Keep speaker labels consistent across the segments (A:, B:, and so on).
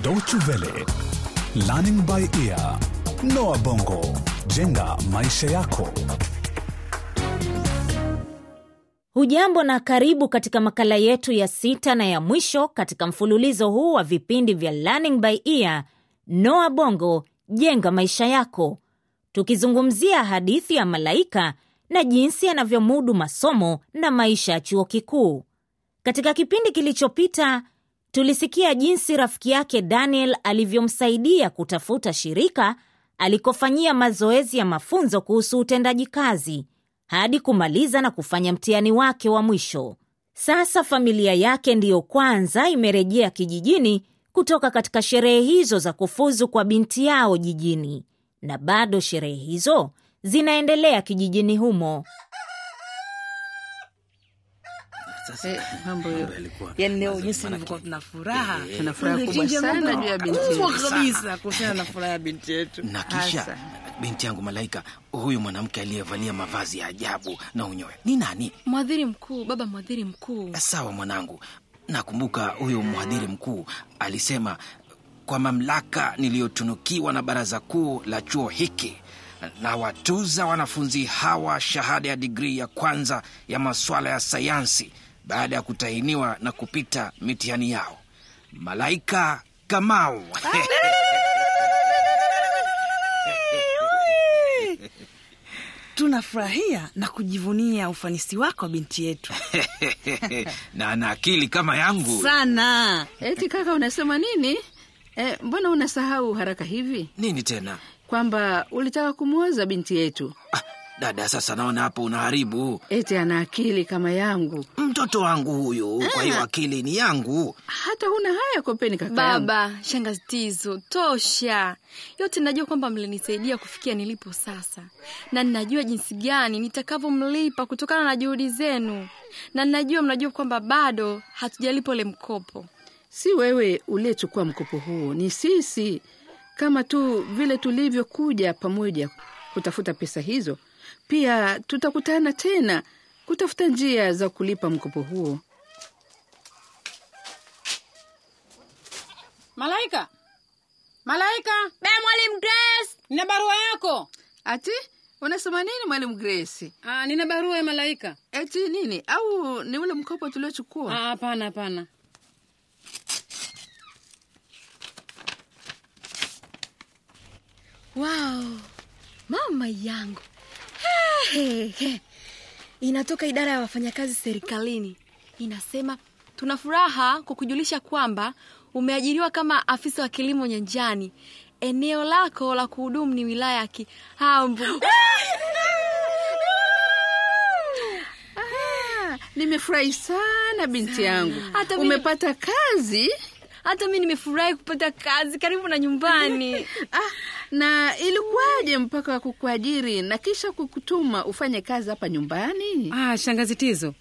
A: Deutsche Welle, Learning by Ear, Noah Bongo, Jenga Maisha Yako.
B: Hujambo na karibu katika makala yetu ya sita na ya mwisho katika mfululizo huu wa vipindi vya Learning by Ear, Noah Bongo, Jenga Maisha Yako, tukizungumzia hadithi ya malaika na jinsi yanavyomudu masomo na maisha ya chuo kikuu. Katika kipindi kilichopita tulisikia jinsi rafiki yake Daniel alivyomsaidia kutafuta shirika alikofanyia mazoezi ya mafunzo kuhusu utendaji kazi hadi kumaliza na kufanya mtihani wake wa mwisho. Sasa familia yake ndiyo kwanza imerejea kijijini kutoka katika sherehe hizo za kufuzu kwa binti yao jijini, na bado sherehe hizo zinaendelea kijijini humo.
C: Eh, mambo
D: mambo
C: hiyo.
D: yalikuwa
C: Yaani leo
D: mazuri,
C: jinsi
D: maanake Ah,
C: nilivyokuwa tuna furaha
D: Tuna
C: furaha kubwa sana juu ya binti yetu kabisa kuhusiana na furaha ya binti yetu
D: na kisha
C: Hasa.
D: binti yangu Malaika, huyu mwanamke aliyevalia mavazi ya ajabu na unyoya ni nani?
E: Mwadhiri mkuu, baba mwadhiri mkuu.
D: Sawa mwanangu, nakumbuka
C: Eh.
D: huyo mhadhiri mkuu alisema, kwa mamlaka niliyotunukiwa na baraza kuu la chuo hiki na watuza wanafunzi hawa shahada ya digrii ya kwanza ya masuala ya sayansi baada ya kutahiniwa na kupita mitihani yao, Malaika Kamau.
C: Ah, tunafurahia na kujivunia ufanisi wako binti yetu
D: na ana akili kama yangu.
C: sana
E: Eti kaka, unasema nini? Eh, mbona unasahau haraka hivi
D: Nini tena?
E: kwamba ulitaka kumwoza binti yetu?
D: Ah, dada, sasa naona hapo unaharibu
E: Eti ana akili kama yangu,
D: mtoto wangu huyu. Kwa hiyo akili ni yangu.
E: hata huna haya kopeni kaka yangu.
F: Baba, shangazi Tizo, tosha. Yote najua kwamba mlinisaidia kufikia nilipo sasa, na ninajua jinsi gani nitakavyomlipa kutokana na juhudi zenu, na ninajua mnajua kwamba bado hatujalipa ule mkopo.
E: Si wewe uliyechukua mkopo huo, ni sisi, kama tu vile tulivyokuja pamoja kutafuta pesa hizo. Pia tutakutana tena kutafuta njia za kulipa mkopo huo.
G: Malaika, Malaika, be mwalimu Grace, nina barua yako.
E: Ati unasema nini mwalimu Grace?
G: Ah, nina barua ya Malaika.
E: Eti nini? Au ni ule mkopo tuliochukua?
G: Ah, hapana, hapana.
F: Wow, mama yangu He, he. Inatoka idara ya wafanyakazi serikalini, inasema tuna furaha kwa kujulisha kwamba umeajiriwa kama afisa wa kilimo nyanjani. Eneo lako la kuhudumu ni wilaya ya Kihambu.
E: Nimefurahi sana binti yangu,
F: Hata mimi-
E: umepata kazi.
F: Hata mi nimefurahi kupata kazi karibu na nyumbani.
E: Ah, na ilikuwaje mpaka kukuajiri na kisha kukutuma ufanye kazi hapa nyumbani?
G: Ah, shangazi Tizo,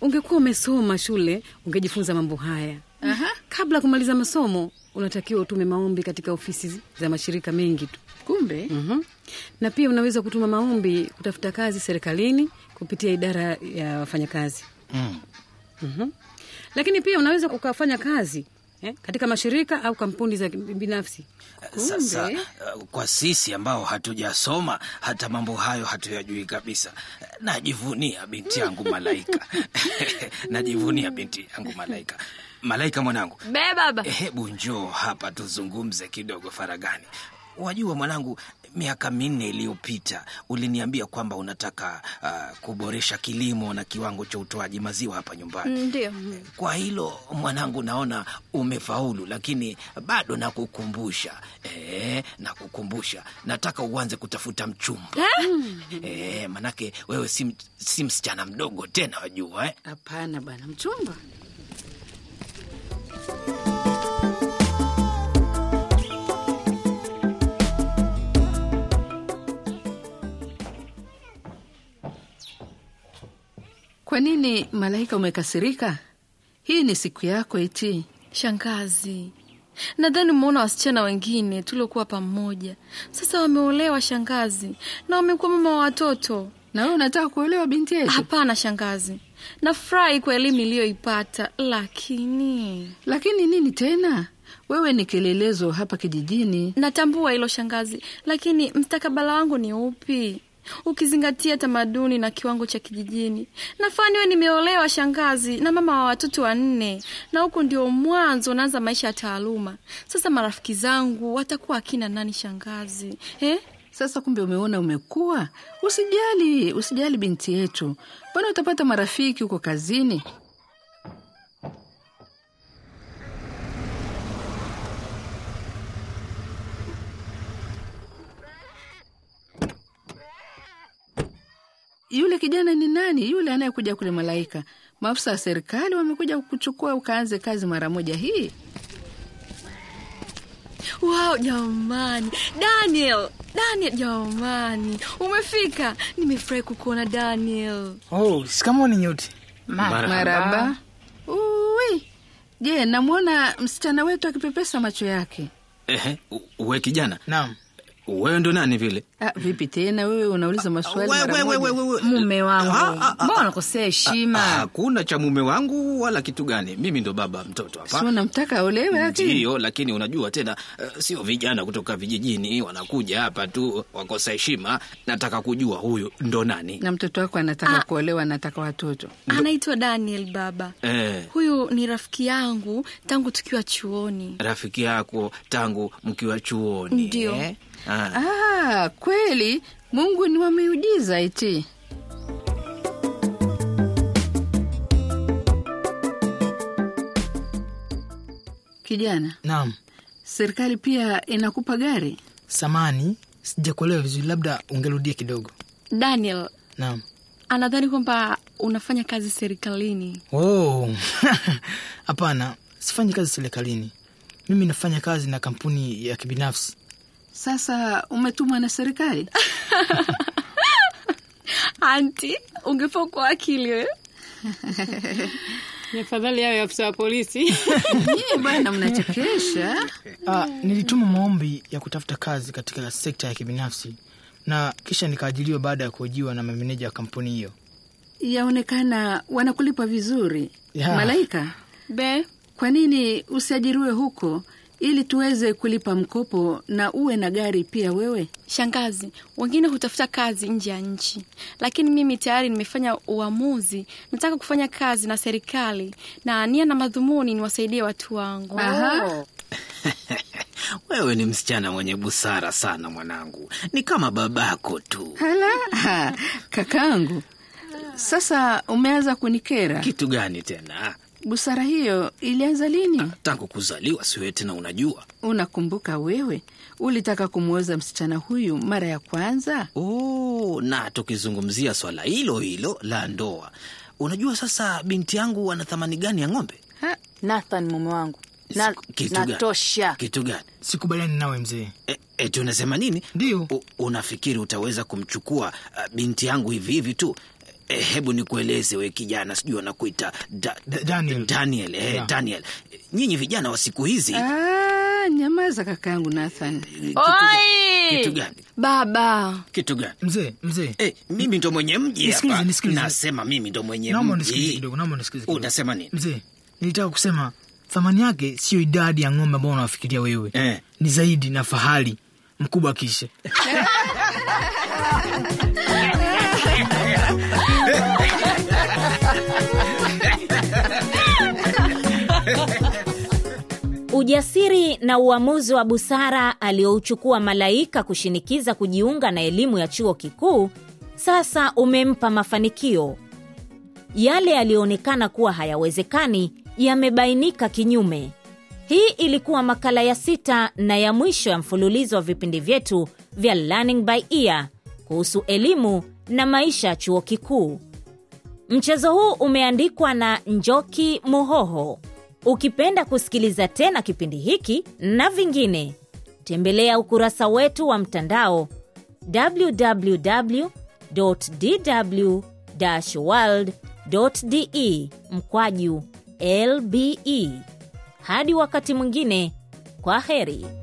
G: ungekuwa umesoma shule ungejifunza mambo haya. Aha. Kabla ya kumaliza masomo unatakiwa utume maombi katika ofisi za mashirika mengi tu.
E: Kumbe
C: Mhm.
G: Mm-hmm. Na pia unaweza kutuma maombi kutafuta kazi serikalini kupitia idara ya wafanyakazi.
D: Mm.
G: Mm-hmm. Lakini pia unaweza ukafanya kazi eh, katika mashirika au kampuni za binafsi.
D: Sasa uh, kwa sisi ambao hatujasoma hata mambo hayo hatuyajui kabisa, najivunia binti yangu Malaika. najivunia binti yangu Malaika. Malaika mwanangu,
F: Be baba,
D: hebu njoo hapa tuzungumze kidogo faragani. Wajua mwanangu, miaka minne iliyopita uliniambia kwamba unataka uh, kuboresha kilimo na kiwango cha utoaji maziwa hapa nyumbani.
F: ndio
D: Kwa hilo mwanangu, naona umefaulu, lakini bado nakukumbusha. Eh, nakukumbusha, nataka uanze kutafuta mchumba eh, manake wewe si, m- si msichana mdogo tena, wajua eh?
E: hapana bwana, mchumba kwa nini malaika, umekasirika? Hii ni siku yako eti.
F: shangazi. Nadhani umeona wasichana wengine tuliokuwa pamoja, sasa wameolewa shangazi, na wamekuwa mama wa watoto.
E: Na wewe unataka kuolewa binti yetu?
F: Hapana shangazi, nafurahi kwa elimu niliyoipata, lakini
E: Lakini nini tena? wewe ni kielelezo hapa kijijini.
F: Natambua hilo shangazi, lakini mstakabala wangu ni upi ukizingatia tamaduni na kiwango cha kijijini? Nafaa niwe nimeolewa shangazi, na mama wa watoto wanne, na huku ndio mwanzo naanza maisha ya taaluma. Sasa marafiki zangu watakuwa akina nani shangazi eh?
E: Sasa kumbe umeona umekuwa. Usijali, usijali binti yetu, bwana utapata marafiki huko kazini. Yule kijana ni nani? Yule anayekuja kule Malaika, maafisa wa serikali wamekuja kukuchukua ukaanze kazi mara moja hii.
F: Wow, jamani Daniel, Daniel jamani, umefika! Nimefurahi kukuona Daniel.
H: oh, sikamoni nyote
E: Maraba. Uwi. Je, namwona msichana wetu akipepesa macho yake.
D: Ehe, u- we kijana,
H: naam
D: wewe ndo nani vile?
E: Ah, vipi tena wewe unauliza maswali mara
H: we,
E: moja?
H: we, we, we, we.
I: mume
D: Ah,
I: wangu
D: ah, ah,
I: mbona unakosea
D: Ah,
I: heshima
D: Hakuna cha mume wangu wala kitu gani, mimi ndo baba mtoto
E: Si
D: hapa.
E: unamtaka aolewe lakini.
D: Ndiyo, lakini unajua tena, eh, sio vijana kutoka vijijini wanakuja hapa tu wakosa heshima. Nataka kujua huyu ndo nani?
E: Na mtoto wako anataka kuolewa, anataka watoto.
F: Anaitwa Daniel baba.
D: Eh,
F: Huyu ni rafiki yangu tangu tukiwa chuoni.
D: rafiki yako tangu mkiwa chuoni?
F: Ndiyo.
D: eh? Ah.
E: Ah, kweli Mungu ni wa miujiza iti. Kijana,
H: naam
E: serikali pia inakupa gari?
H: samani sijakuelewa vizuri labda ungerudia kidogo
F: Daniel
H: naam
F: anadhani kwamba unafanya kazi serikalini.
H: Oh. hapana sifanyi kazi serikalini mimi nafanya kazi na kampuni ya kibinafsi
E: Sasa umetumwa na serikali?
F: Anti, ungefaa kuwa akili eh? we.
G: Afadhali awe afisa wa polisi.
E: Nyie bwana, mnachekesha.
H: ah, nilituma maombi ya kutafuta kazi katika sekta ya kibinafsi na kisha nikaajiliwa baada ya kuhojiwa na mameneja wa kampuni hiyo
E: Yaonekana wanakulipa vizuri.
H: Ya.
E: Malaika,
F: Be,
E: kwa nini usiajiriwe huko ili tuweze kulipa mkopo na uwe na gari pia wewe?
F: shangazi, wengine hutafuta kazi nje ya nchi, lakini mimi tayari nimefanya uamuzi. Nataka kufanya kazi na serikali na nia na madhumuni niwasaidie watu wangu.
E: Aha.
D: Wewe ni msichana mwenye busara sana mwanangu, ni kama babako tu.
E: Hala, kakangu, sasa umeanza kunikera.
D: Kitu gani tena?
E: Busara hiyo ilianza lini?
D: Tangu kuzaliwa siwe tena unajua.
E: Unakumbuka wewe ulitaka kumwoza msichana huyu mara ya kwanza?
D: Oh, na tukizungumzia swala hilo hilo la ndoa, unajua sasa binti yangu ana thamani gani ya ng'ombe?
I: nathan mume wangu na,
D: Kitu gani?
I: natosha
D: Kitu gani?
H: sikubaliani nawe mzee
D: E, eti unasema nini?
H: Ndiyo.
D: U- Unafikiri utaweza kumchukua ah, binti yangu hivi hivi tu? E, hebu nikueleze we kijana, sijui wanakuita da,
H: Da- Daniel.
D: Daniel, eh,
H: Yeah.
D: Daniel. Nyinyi vijana wa siku hizi
I: Eh.
E: Ah, nyamaza kakangu Nathan. Ah.
D: kitu
F: Oi!
D: gani? Kitu gani?
F: Baba,
D: Kitu gani?
H: mzee mzee
D: Eh, mimi ndo mwenye mji
H: Nisikilize,
D: hapa.
H: nisikilize.
D: Nasema mimi ndo mwenye
H: naomba unisikilize
D: mji.
H: kidogo naomba unisikilize kidogo.
D: Eh, Utasema nini?
H: mzee nilitaka kusema thamani yake sio idadi ya ng'ombe ambao unawafikiria wewe
D: Eh.
H: ni zaidi na fahari mkubwa kisha
B: Ujasiri na uamuzi wa busara aliouchukua Malaika kushinikiza kujiunga na elimu ya chuo kikuu sasa umempa mafanikio. Yale yaliyoonekana kuwa hayawezekani yamebainika kinyume. Hii ilikuwa makala ya sita na ya mwisho ya mfululizo wa vipindi vyetu vya Learning by Ear kuhusu elimu na maisha ya chuo kikuu. Mchezo huu umeandikwa na Njoki Muhoho. Ukipenda kusikiliza tena kipindi hiki na vingine, tembelea ukurasa wetu wa mtandao www.dw-world.de E. mkwaju lbe. Hadi wakati mwingine, kwa heri.